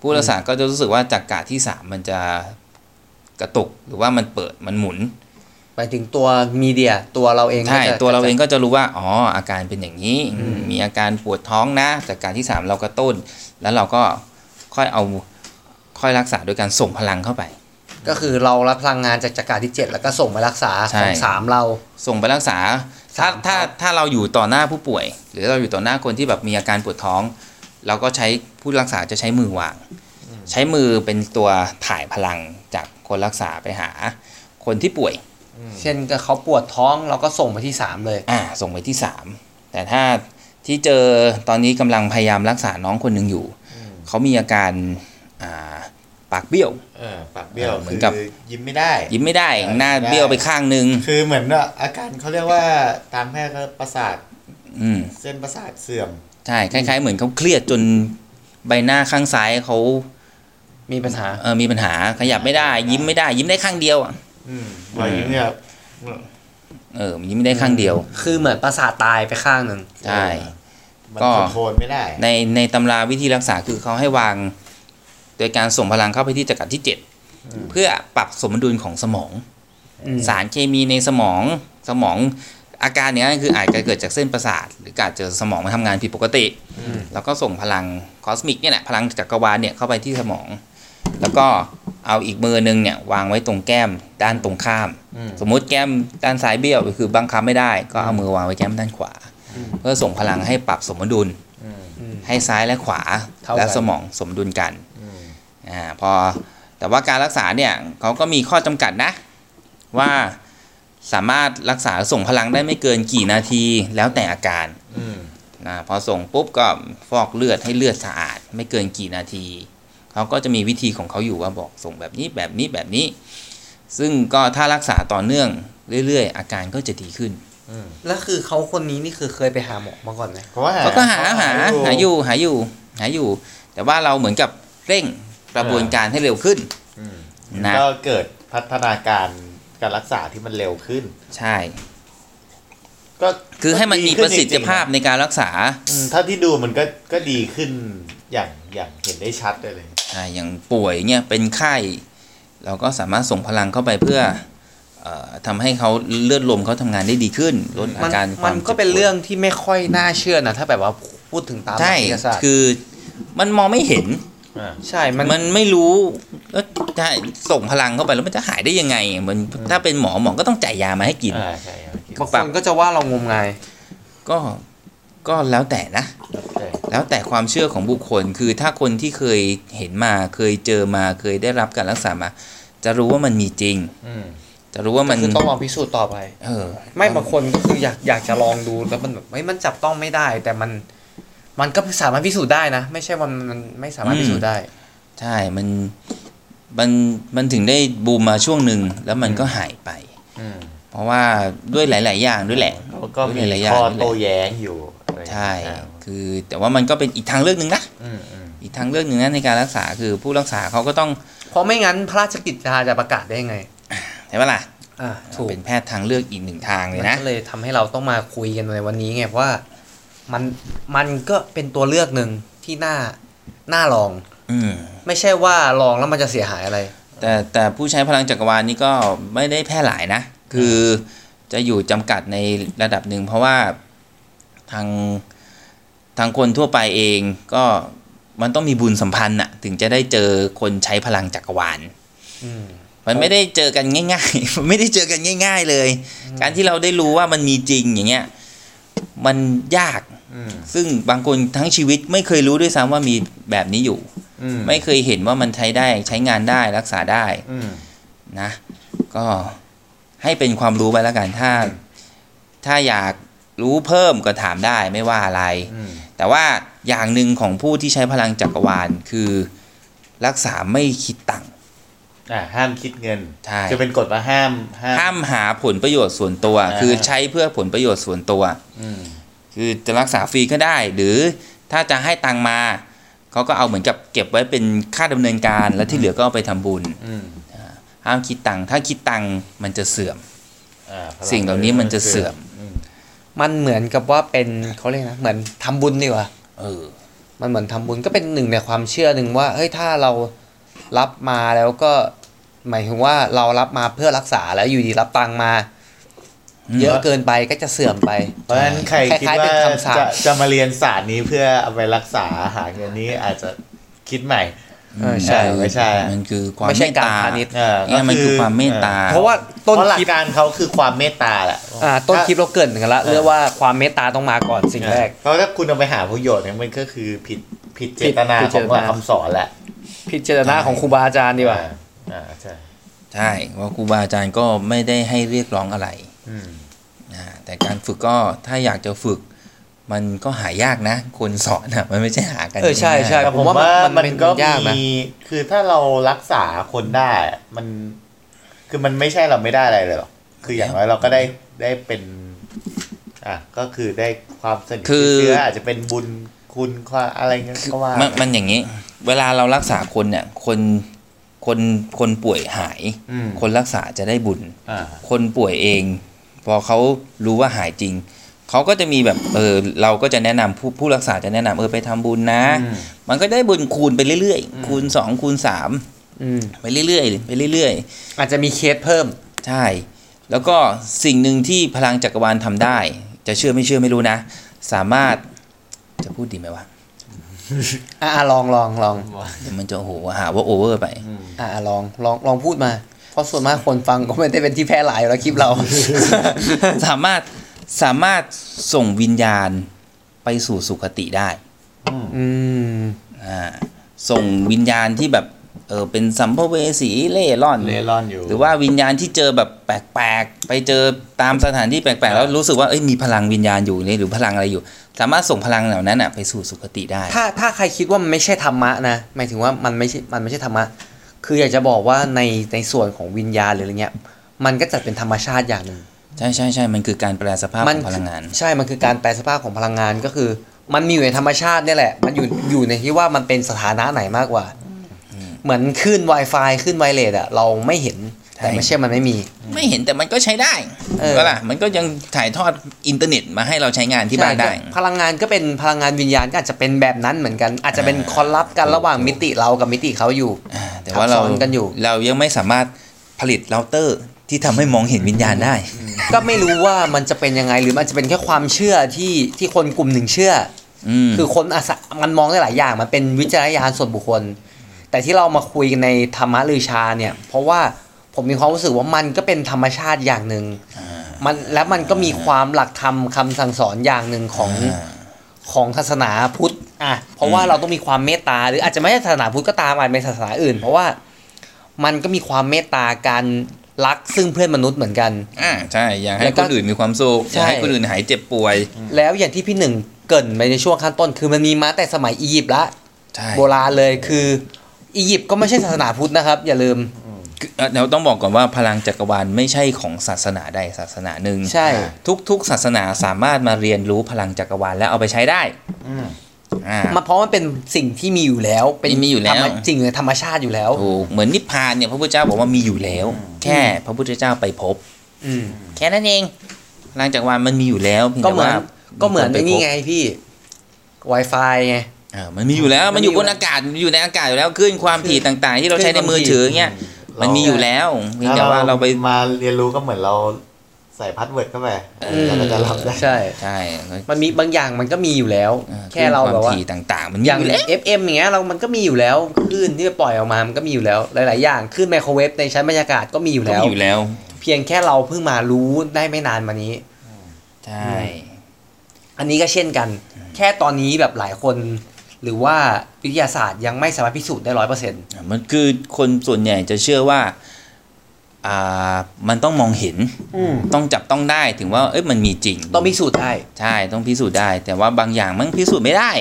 ผู้รักษาก็จะรู้สึกว่าจักระที่สามมันจะกระตุกหรือว่ามันเปิดมันหมุน
ไปถึงตัวมีเดียตัวเราเองก็
ใช่
จะ
ตัวเราเองก็จะรู้ว่าอ๋ออาการเป็นอย่างนี้มีอาการปวดท้องนะจากการที่สามเรากระตุ้น แล้วเราก็ค่อยเอาค่อยรักษาโดยการส่งพลังเข้าไป
ก็คือเรารับพลังงานจากจักรที่เจ็ดแล้วก็ส่งไปรักษา
ใช่
ของสามเรา
ส่งไปรักษา
สา
ถ้า
ม
ถ้า
ครับ
ถ้าเราอยู่ต่อหน้าผู้ป่วย หรือเราอยู่ต่อหน้าคนที่แบบมีอาการปวดท้อง เราก็ใช้ผู้รักษาจะใช้มือวาง ใช้มือเป็นตัวถ่ายพลังจากคนรักษาไปหา คนที่ป่วย
เช่นก็เขาปวดท้องเราก็ส่งไปที่สามเลย
อ่า ส่งไปที่ 3 แต่ถ้าที่เจอตอนนี้กำลังพยายามรักษาน้องคนหนึ่งอยู่ เขามีอาการอ่าปากเบี้ยว
เออปากเบี้ยว
เออเหมื
คื
อน
อ
กับ
ยิ้มไม่ได้
ยิ้มไม่ได้
อ่า
หน้า
ยิ้มไม่ได้
เบี้ยวไปข้างหนึง
คือเหมือนว่าอาการเขาเรียกว่าตามแพทย์ก็ประสาท
อืม
เส้นประสาทเสื่อม
ใช่คล้ายๆ เหมือนเขาเครียดจนใบหน้าข้างซ้ายเขา
มีปัญหา
เออมีปัญหาขยับไม่ได้ ยิ้มไม่ได้ ยิ้มได้ข้างเดียวอ่ะ
อืมรอยยิ้มเนี่ย
เออยิ้มได้ข้างเดียว
คือเหมือนประสาทตายไปข้างหนึ่ง
ใช่
มัน
ก็
คอนโทรลไม่ได้
ในในตำราวิธีรักษาคือเขาให้วาง โดยการส่งพลังเข้าไปที่จักรที่ 7 เพื่อปรับสมดุลของสมอง
อืม
สารเคมีในสมองสมองอาการอย่างนั้นคืออาจจะเกิดจากเส้นประสาท หรืออาจจะสมองมันทำงานผิดปกติ แล้วก็ส่งพลังคอสมิกเนี่ยแหละพลังจักรวาลเนี่ยเข้าไปที่สมอง แล้วก็เอาอีกมือนึงเนี่ยวางไว้ตรงแก้มด้านตรงข้าม
อืม
สมมุติแก้มด้านซ้ายเบี้ยวคือบังคับไม่ได้ ก็เอามือวางไว้แก้มด้านขวา เพื่อส่งพลังให้ปรับสมดุล
อืม
อืม
ให้ซ้ายและขวา
เท่ากัน
และสมองสมดุลกัน
อืม
อ่าพอแต่ว่าการรักษาเนี่ยเขาก็มีข้อจำกัดนะ ว่าสามารถรักษาส่งพลังได้ไม่เกินกี่นาทีแล้วแต่อาการ
อืม
นะพอส่งปุ๊บก็ฟอกเลือดให้เลือดสะอาด ไม่เกินกี่นาทีเขาก็จะมีวิธีของเขาอยู่ว่าบอกส่งแบบนี้แบบนี้แบบนี้ ซึ่งก็ถ้ารักษาต่อเนื่องเรื่อยๆ อาการก็จะดีขึ้น
อืม
แล้วคือเขาคนนี้นี่คือเคยไปหาหมอมาก่อนไหม
เพราะว่า
เขาก็หาหาหาอยู่หาอยู่หาอยู่ แต่ว่าเราเหมือนกับเร่งกระบวนการให้เร็วขึ้น
อืม
นะ
ก็เกิดพัฒนาการการรักษาที่มันเร็วขึ้น
ใช่
ก็
คือให้มันมีประสิทธิภาพในการรักษา
อืมเท่าที่ดูมันก็ก็ดีขึ้นอย่างอย่างเห็นได้ชัดเลยเลย
อ่าอย่างป่วยเนี่ยเป็นไข้ เราก็สามารถส่งพลังเข้าไปเพื่อเอ่อทำให้เขาเลือดลมเขาทำงานได้ดีขึ้นลดอา
มัน
การควา
มั
ม
นก็เป็นเรื่องที่ไม่ค่อยน่าเชื่อนะถ้าแบบว่าพูดถึงตามห
ใช่
ลักวิทยาศาสตร์
คือมันมองไม่เห็น
ใช่มัน
มันไม่รู้เอ้อใช่ส่งพลังเข้าไปแล้วมันจะหายได้ยังไงมันถ้าเป็นหมอหมอก็ต้องจ่ายยามาให้กิน
อ่าใช่ครับ
บางคนก็จะว่าเรางมงาย
ก็ก็แล้วแต่นะ
ใช่
แล้วแต่ความเชื่อของบุคคลคือถ้าคนที่เคยเห็นมาเคยเจอมาเคยได้รับการรักษามา จะรู้ว่ามันมีจริง
อืม
จะรู้ว่ามัน
คือต้องลองพิสูจน์ต่อไป
เออ
ไม่บางคนก็คืออยากอยากจะลองดูแล้วมันแบบไม่มันจับต้องไม่ได้ แต่มัน มันก็สามารถพิสูจน์ได้นะ ไม่ใช่ว่ามันมันไม่สามารถพิสูจน์ได้
ใช่มันมันมันถึงได้บูมมาช่วงหนึ่งแล้วมันก็หายไป
อืม
เพราะว่าด้วยหลาย ๆ อย่างด้วยแหละ
แล้วก็มี
ด้วยหลายๆอย่าง
ข้อ
ด้วยแห
โต้
ละ
แย้งอยู่อะไรอย่างเงี้ย
ใช่
อ่า
คือแต่ว่ามันก็เป็นอีกทางเลือกหนึ่งนะ
อืมอืม
อ อีกทางเลือกหนึ่งนะในการรักษาคือผู้รักษาเขาก็ต้อง
เพราะไม่งั้นพระราชกิจจาจะประกาศได้ไง
ใช่ไหมล่ะ
อ่าถูก
เป็นแพทย์ทางเลือกอีกหนึ่งทางเล
มั
ย
น
นะ
ก็เลยทำให้เราต้องมาคุยกันในวันนี้ไงเพราะว่ามันมันก็เป็นตัวเลือกหนึ่งที่น่าน่าลอง
อืม
ไม่ใช่ว่าลองแล้วมันจะเสียหายอะไร
แต่แต่ผู้ใช้พลังจักรวาลนี่ก็ไม่ได้แพร่หลายนะ คือจะอยู่จำกัดในระดับหนึ่งเพราะว่าทางทางคนทั่วไปเองก็มันต้องมีบุญสัมพันธ์อะถึงจะได้เจอคนใช้พลังจักรวาล
อืม
มันไม่ได้เจอกันง่ายๆ มันไม่ได้เจอกันง่าย ๆเลย การที่เราได้รู้ว่ามันมีจริงอย่างเงี้ยมันยาก
อืม
ซึ่งบางคนทั้งชีวิตไม่เคยรู้ด้วยซ้ำว่ามีแบบนี้อยู่
อืม
ไม่เคยเห็นว่ามันใช้ได้ใช้งานได้รักษาได้
อืม
นะก็ให้เป็นความรู้ไปแล้วกันถ้า ถ้าอยากรู้เพิ่มก็ถามได้ไม่ว่าอะไร
อืม
แต่ว่าอย่างหนึ่งของผู้ที่ใช้พลังจักรวาลคือรักษาไม่คิดตังค์
อ่าห้ามคิดเงิน
ใช่
จะเป็นกฎว่าห้ามห้าม
ห้ามหาผลประโยชน์ส่วนตัว
อ่า
คือใช้เพื่อผลประโยชน์ส่วนตัว
อืม
คือจะรักษาฟรีก็ได้ หรือถ้าจะให้ตังค์มาเขาก็เอาเหมือนกับเก็บไว้เป็นค่าดำเนินการแล้วที่เหลือก็เอาไปทำบุญ
อืม
ห้ามคิดตังค์ถ้าคิดตังค์มันจะเสื่อม
อ่าพลั
สิ่งเหล่านี้มันจะเสื่อม
ม
มันเหมือนกับว่าเป็นเขาเรียกนะเหมือนทำบุญดีกว่า
เออ
มันเหมือนทำบุญก็เป็นหนึ่งในความเชื่อหนึ่งว่าเฮ้ยถ้าเรารับมาแล้วก็ หมายถึงว่าเรารับมาเพื่อรักษาแล้วอยู่ดีรับตังค์มา เยอะเกินไปก็จะเสื่อมไป
เพราะฉะนั้นใครคิด
คล้ายๆ
ว่า
เป็นคำสาป
จะจะมาเรียนศาสตร์นี้เพื่อเอาไปรักษาหาเงิน นี้อาจจะคิดใหม่
เออใช่
ไม่ใช่
มันคือความ
ไม่ใช่
เมต
การ
ตา
พาณิชย์
เออ
เนี่ยมันคือความเมตตา
เพราะว่า
ต้
ต้
น
น
หลั
ค
ก
ลิป
การเขาคือความเมตตาแหละ
อ่าต้นคลิปเราเกรินกันละเรื่องว่าความเมตตาต้องมาก่อนสิ่ง
เออ
แรก
เพราะถ้าคุณเอาไปหาประโยชน์เนี่ยมันก็คือผิดผิดเจตนา
ผิด
ข
เจ
อง
ตนา
หลักคำสอนแหละ
พิจารณาของครูบาอาจารย์ดีกว่า
อ่อ่าใช่
ใช่ว่าครูบาอาจารย์ก็ไม่ได้ให้เรียกร้องอะไร
อืม
นะแต่การฝึกก็ถ้าอยากจะฝึก มันก็หายากนะ คนสอนอะมันไม่ใช่หากัน
เออใช่ใช่
ง่าย
แต่ผม
ผม
ว่า
ว่ามัน
มัน
เป็น
ก็
ยากนะ
มีคือถ้าเรารักษาคนได้อะมันคือมันไม่ใช่เราไม่ได้อะไรเลยหรอกคืออย่างน้อยเราก็ได้ได้เป็น อ่ะก็คือได้ความสนิทชิดเชื้ออาจจะเป็นบุญคุณความอะไรเงี้ยก็ว่า
ๆมันมันอย่างนี้ เวลาเรารักษาคนเนี่ยคนคนคนป่วยหาย
อืม
คนรักษาจะได้บุญ
อ่า
คนป่วยเอง พอเขารู้ว่าหายจริง เขาก็จะมีแบบเออเราก็จะแนะนำผู้ผู้รักษาจะแนะนำเออไปทำบุญนะ
อืม
มันก็ได้บุญคูณไปเรื่อยๆ คูณสองคูณสาม
อืม
ไปเรื่อยๆไปเรื่อย
อาจจะมีเคสเพิ่ม
ๆ ใช่ แล้วก็สิ่งหนึ่งที่พลังจักรวาลทำได้ จะเชื่อไม่เชื่อไม่รู้นะ สามารถจะพูดดีไหมวะ
อ่าลองลองลอง
เดี๋ยวมันจะโอ้โหหาว่าโอเวอร์ไป
อ่าลองลองลองพูดมา เพราะส่วนมากคนฟังก็ไม่ได้เป็นที่แพร่หลายอยู่แล้วคลิปเรา
สามารถสามารถส่งวิญญาณไปสู่สุคติได้
อืม
อ่าส่งวิญญาณที่แบบเออเป็นสัมภเวสีเล่ร่อน
เล่ร่อนอยู่
หรือว่าวิญญาณที่เจอแบบแปลกๆ ไปเจอตามสถานที่แปลกๆ แล้วรู้สึกว่าเอ้ยมีพลังวิญญาณอยู่นี่หรือพลังอะไรอยู่ สามารถส่งพลังเหล่านั้นน่ะไปสู่สุคติได้
ถ้าถ้าใครคิดว่ามันไม่ใช่ธรรมะนะหมายถึงว่ามันไม่ใช่มันไม่ใช่ธรรมะ คืออยากจะบอกว่าในในส่วนของวิญญาณหรืออะไรเงี้ย มันก็จัดเป็นธรรมชาติอย่างหนึ่ง
ใช่ใช่ใช่มันคือการแปลสภาพข
มั
องพลังงาน
ใช่มันคือการแปลสภาพของพลังงานก็คือ มันมีอยู่ในธรรมชาติเนี่ยแหละ มันอยู่อยู่ในที่ว่ามันเป็นสถานะไหนมากกว่า เหมือนขึ้น Wi-Fi ขึ้นไวเลสอะเราไม่เห็น
ใช่
แต่ไม่ใช่มันไม่มี
ไม่เห็นแต่มันก็ใช้ได้
เออ
ก็ล่ะมันก็ยังถ่ายทอดอินเทอร์เน็ตมาให้เราใช้งานที่บ้านได้
ใช่พลังงานก็เป็นพลังงานวิญญาณก็อาจจะเป็นแบบนั้นเหมือนกัน อาจจะเป็นคอลลับกันระหว่างมิติเรากับมิติเขาอยู่
อ่าแต่ว่าเรา
ทับซ้อนกันอยู่
เรายังไม่สามารถผลิตเราเตอร์ที่ทำให้มองเห็นวิญญาณได้
ก็ไม่รู้ว่ามันจะเป็นยังไงหรือมันอาจจะเป็นแค่ความเชื่อที่ที่คนกลุ่มหนึ่งเชื่อ
อืม
อคือคนอาสามันมองได้หลายอย่างมันเป็นวิจารณญาณส่วนบุคคล แต่ที่เรามาคุยกันในธรรมะลือชาเนี่ย เพราะว่าผมมีความรู้สึกว่ามันก็เป็นธรรมชาติอย่างหนึ่งมันและมันก็มีความหลักธรรมคำสั่งสอนอย่างหนึ่งของ
า
ของศาสนาพุทธอ่ะเพราะว่าเราต้องมีความเมตตาหรืออาจจะไม่ใช่ศาสนาพุทธก็ตามอาจเป็นศาสนาอื่น เพราะว่ามันก็มีความเมตตาการรักซึ่งเพื่อนมนุษย์เหมือนกัน
อ่าใช่ อยากให้
แล้ว
ค
ก็
นอื่นมีความสุขอยากให้
ใช่
คนอื่นหายเจ็บป่วย
แล้วอย่างที่พี่หนึ่งเกรินไปในช่วงขั้นต้น คือมันมีมาแต่สมัยอียิปต์ละ
ใช่
โบราณเลยคืออียิปต์ก็ไม่ใช่ศาสนาพุทธนะครับ อย่าลืม
เอ่อเราต้องบอกก่อนว่าพลังจักรวาลไม่ใช่ของศาสนาใดศาสนาหนึ่ง
ใช่
ทุกๆ ศาสนาสามารถมาเรียนรู้พลังจักรวาลและเอาไปใช้ได้ อ่า
มันเพราะมันเป็นสิ่งที่มีอยู่แล้วเป็น
มีอยู่แล้ว
ธรรมสิ่งเหนือธรรมชาติอยู่แล้ว
ถูกเหมือนนิพพานเนี่ยพระพุทธเจ้าบอกว่ามีอยู่แล้ว แค่พระพุทธเจ้าไปพบ
อืม
แค่นั้นเองพลังจักรวาลมันมีอยู่แล้วพียง
ก็
แต่
เหมือน
ว่า
ก็เหมือน
คป
ไอ้
พบ
นี่ไงพี่ Wi-Fi ไง
เออมันมีอยู่แล้ว
มั
มัน น
มี
อยู่บ
อยู่
น
แล้ว
อากาศมันอยู่ในอากาศอยู่แล้วขึ้นความถี่ต่าง ๆ ที่เราใช้ในมือถือเงี้ย
เรามั
มันมีอยู่แล้วเพียงแต่ว่าเราไป
มาเรียนรู้ก็เหมือนเราใส่พาสเวิร์ดเข้าไป
อืม
เราก็จะรับได้
ใช่
ใช่
มันมีบางอย่างมันก็มีอยู่แล้ว
ออ
แค่เรา
ขึ้น
แบบ
ควา
ว่าม
ถี่ต่าง ๆ มันมี
อ
อย่าง ยู่แล้ว
FM อย่างเงี้ยเรามันก็มีอยู่แล้วคลื่นที่ปล่อยออกมามันก็มีอยู่แล้วหลาย ๆ อย่างคลื่นไมโครเวฟในชั้นบรรยากาศก็มีอยู่
ก็
แล้ว
มีอยู่แล้ว
เพียงแค่เราเพิ่งมารู้ได้ไม่นานมานี้
ใช่
อันนี้ก็เช่นกัน แค่ตอนนี้แบบหลายคน หรือว่าวิทยาศาสตร์ยังไม่สามารถพิสูจน์ได้ร้อยเปอร์เซ็นต์
มันคือคนส่วนใหญ่จะเชื่อว่าอ่ามันต้องมองเห็นต้องจับต้องได้ถึงว่าเอ้ยมันมีจริง
ต้องพิสูจน์ได้
ใช่ต้องพิสูจน์ได้ แต่ว่าบางอย่างมันพิสูจน์ไม่ได้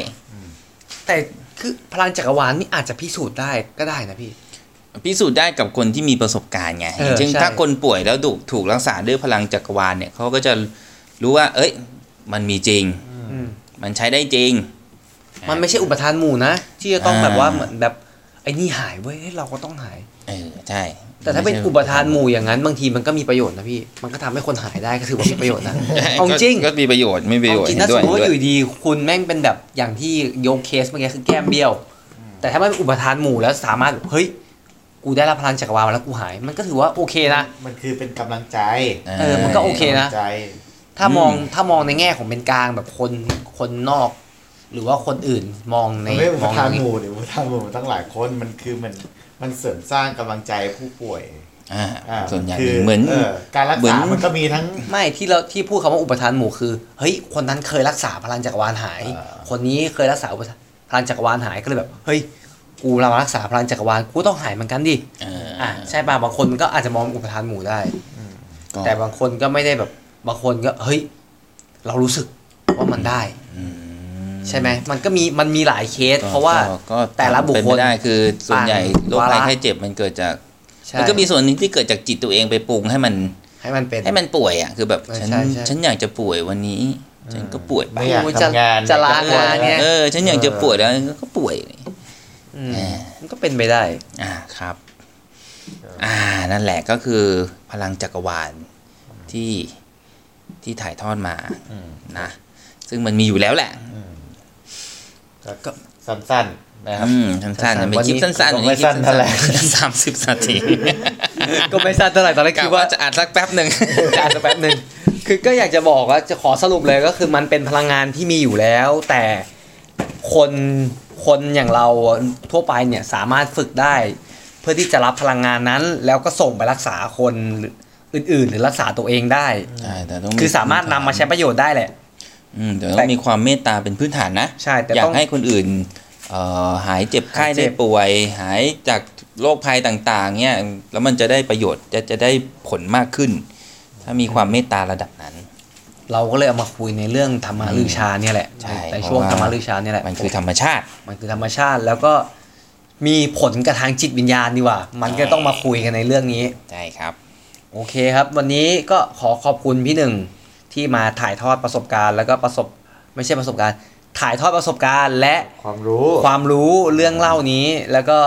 แต่คือพลังจักรวาลนี่อาจจะพิสูจน์ได้ก็ได้นะพี่
พิสูจน์ได้กับคนที่มีประสบการณ์ไง
เออ
เช่น
ใช่
ถ้าคนป่วยแล้วถูกถูกรักษาด้วยพลังจักรวาลเนี่ยเขาก็จะรู้ว่า เอ้ย มันมีจริง
อืม
มันใช้ได้จริง
มันไม่ใช่อุปทานหมู่นะ ที่จะต้อง
อ่า
แบบว่าเหมือนแบบไอ้นี่หายเว้ยเฮ้ยเราก็ต้องหาย
เออใช่
แต่ถ้าเป็น
ไม่ใช่
อุปทานหมู่อย่างนั้น บางทีมันก็มีประโยชน์นะพี่ มันก็ทำให้คนหายได้ก็ถือว่ามีประโยชน์นะ
ใช่
เอาจริง
ก็ก็มีประโยชน์ไม่มีประโยช
เอา
น์
จริง
เห็
ถ้าน
ด้
ส
ว
ม
ย
มติว่า
เห็น
อ
ด้วย
ยู่ดีคุณแม่งเป็นแบบอย่างที่ยกเคสเมื่อกี้คือแก้มเบี้ยว แต่ถ้ามันเป็นอุปทานหมู่แล้วสามารถแบบเฮ้ยกูได้รับพลังจักรวาลมาแล้วกูหาย มันก็ถือว่าโอเคนะ
มันคือเป็นกำลังใจ
เออมันก็โอเค นะ
กำลังใจ
ถ้ามองถ้ามองในแง่ของเป็นกลางแบบคนคนนอก หรือว่าคนอื่นมองใน
มันไม่อุ
ม
ป
อง
ทาน
ใน
หมู่หรืออุปทานหมู่มันตั้งหลายคนมันคือมันมันเสริมสร้างกำลังใจผู้ป่วย
อ่า
อ่า
ส่วนใหญ่
คือ
เหมือน
การรัก
เหมือ
ษาน มันก็มีทั้ง
ไม่ที่เราที่พูดคำว่าอุปทานหมู่คือเฮ้ยคนนั้นเคยรักษาพลังจักรวาลหาย
อ่า
คนนี้เคยรักษาอุปทานพลังจักรวาลหายก็เลยแบบเฮ้ยกูเรารักษาพลังจักรวาลกูต้องหายเหมือนกันดิ
เอออ
อ่ะใช่ป่ะบางคนก็อาจจะมองอุปทานหมู่ได้
ก็
แต่บางคนก็ไม่ได้แบบบางคนก็เฮ้ยเรารู้สึกว่ามันได้ ใช่ไหมมันก็มีมันมีหลายเคส
ก็
เพราะว่า
ก็ก็
แต่ละบุคคล
เป็นไม่ได้คือส่วนใหญ่โรค
วาระ
ภัยไข้เจ็บมันเกิดจาก
ใช่
มันก็มีส่วนหนึงที่เกิดจากจิตตัวเองไปปรุงให้มัน
ให้มันเป็น
ให้มันป่วยอ่ะคือแบบ
เออ
ฉัน
ใช่ใช่
ฉันอยากจะป่วยวันนี้ ฉันก็ป่วยไป
ไม่อยาก
กูจะ
ทำงาน
จะลา
อยก
งาน
ป่วย
ไง
เออฉันอยากจะป่วยแล้วก็ป่วย
อืม
เออ
มันก็เป็นไปได้
อ่าครับ อ่านั่นแหละก็คือพลังจักรวาลที่ที่ถ่ายทอดมา
อืม
นะซึ่งมันมีอยู่แล้วแหละ
อืมก็สั้นๆนะครับ
อืมสั้นๆนะเป็นคลิปสั้นๆ
วันนี้
คลิป
ก็ไม่สั้นเท่าไหร่
สามสิบนา ที
ก็ไม่สั้นเท่าไหร่ตอนแรก
คิ
คิ
ด
ด
ว่า
ว่า
จะอัดสักแป๊บหนึ่ง
จะอ่านสักแป๊บหนึ่งคือก็อยากจะบอกว่าจะขอสรุปเลยก็คือมันเป็นพลังงานที่มีอยู่แล้ว แต่คนคนอย่างเราทั่วไปเนี่ยสามารถฝึกได้ เพื่อที่จะรับพลังงานนั้น แล้วก็ส่งไปรักษาคนอื่นๆ หรือรักษาตัวเองได้
ใช่แต่ต้อง
คือสามารถนำมาใช้ประโยชน์ได้แหละ
อืมแต่ต้องมีความเมตตาเป็นพื้นฐานนะ
ใช่แต่
อยา
ต้
ก
อง
ให้คนอื่นเอ่อหายเจ็บไข้
หายเจ็
ได้
บ
ป่วย หายจากโรคภัยต่างๆเนี่ยแล้วมันจะได้ประโยชน์จะจะได้ผลมากขึ้น ถ้ามีความเมตตาระดับนั้น
เราก็เลยเอามาคุยในเรื่องธรรมะลือชาเนี่ยแหละ
ใช่
ในช่วง
เพ
ธร
ราะ
ร
ว่า
มะลือชาเนี่ยแหละ
มันคือธรรมชาติ
มันคือธรรมชาติแล้วก็มีผลกับทางจิตวิญญาณดีกว่า มันก็ต้องมาคุยกันในเรื่องนี้
ใช่ครับ
โอเคครับ วันนี้ก็ขอขอบคุณพี่หนึ่งที่มาถ่ายทอดประสบการณ์ แล้วก็ประสบไม่ใช่ประสบการณ์ ถ่ายทอดประสบการณ์และ
ความรู้
ความรู้เรื่องเล่านี้ แล้วก็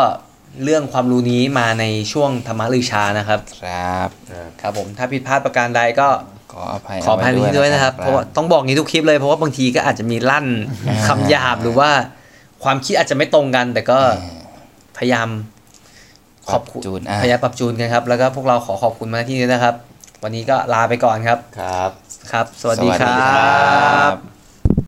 เรื่องความรู้นี้มาในช่วงธรรมะลือชานะครับ
ครับ
ครับ
ครับผมถ้าผิดพลาดประการใดก็
ขออภัย
ขออภัย
เาไ
พี่ด้วยนะครับ เพราะว่าต้องบอกอย่างนี้ทุกคลิปเลย เพราะว่าบางทีก็อาจจะมีลั่น คำหยาบหรือว่าความคิดอาจจะไม่ตรงกัน แต่ก็พยายาม ข
ข
อ
อ
บบ คุณ
จูนอ่ะ
พยายามปรับจูนกันครับ แล้วก็พวกเราขอขอบคุณมาที่นี้นะครับ วันนี้ก็ลาไปก่อนครับ
ครับ
ครับ สวัสดีครั
ค
บ
รับ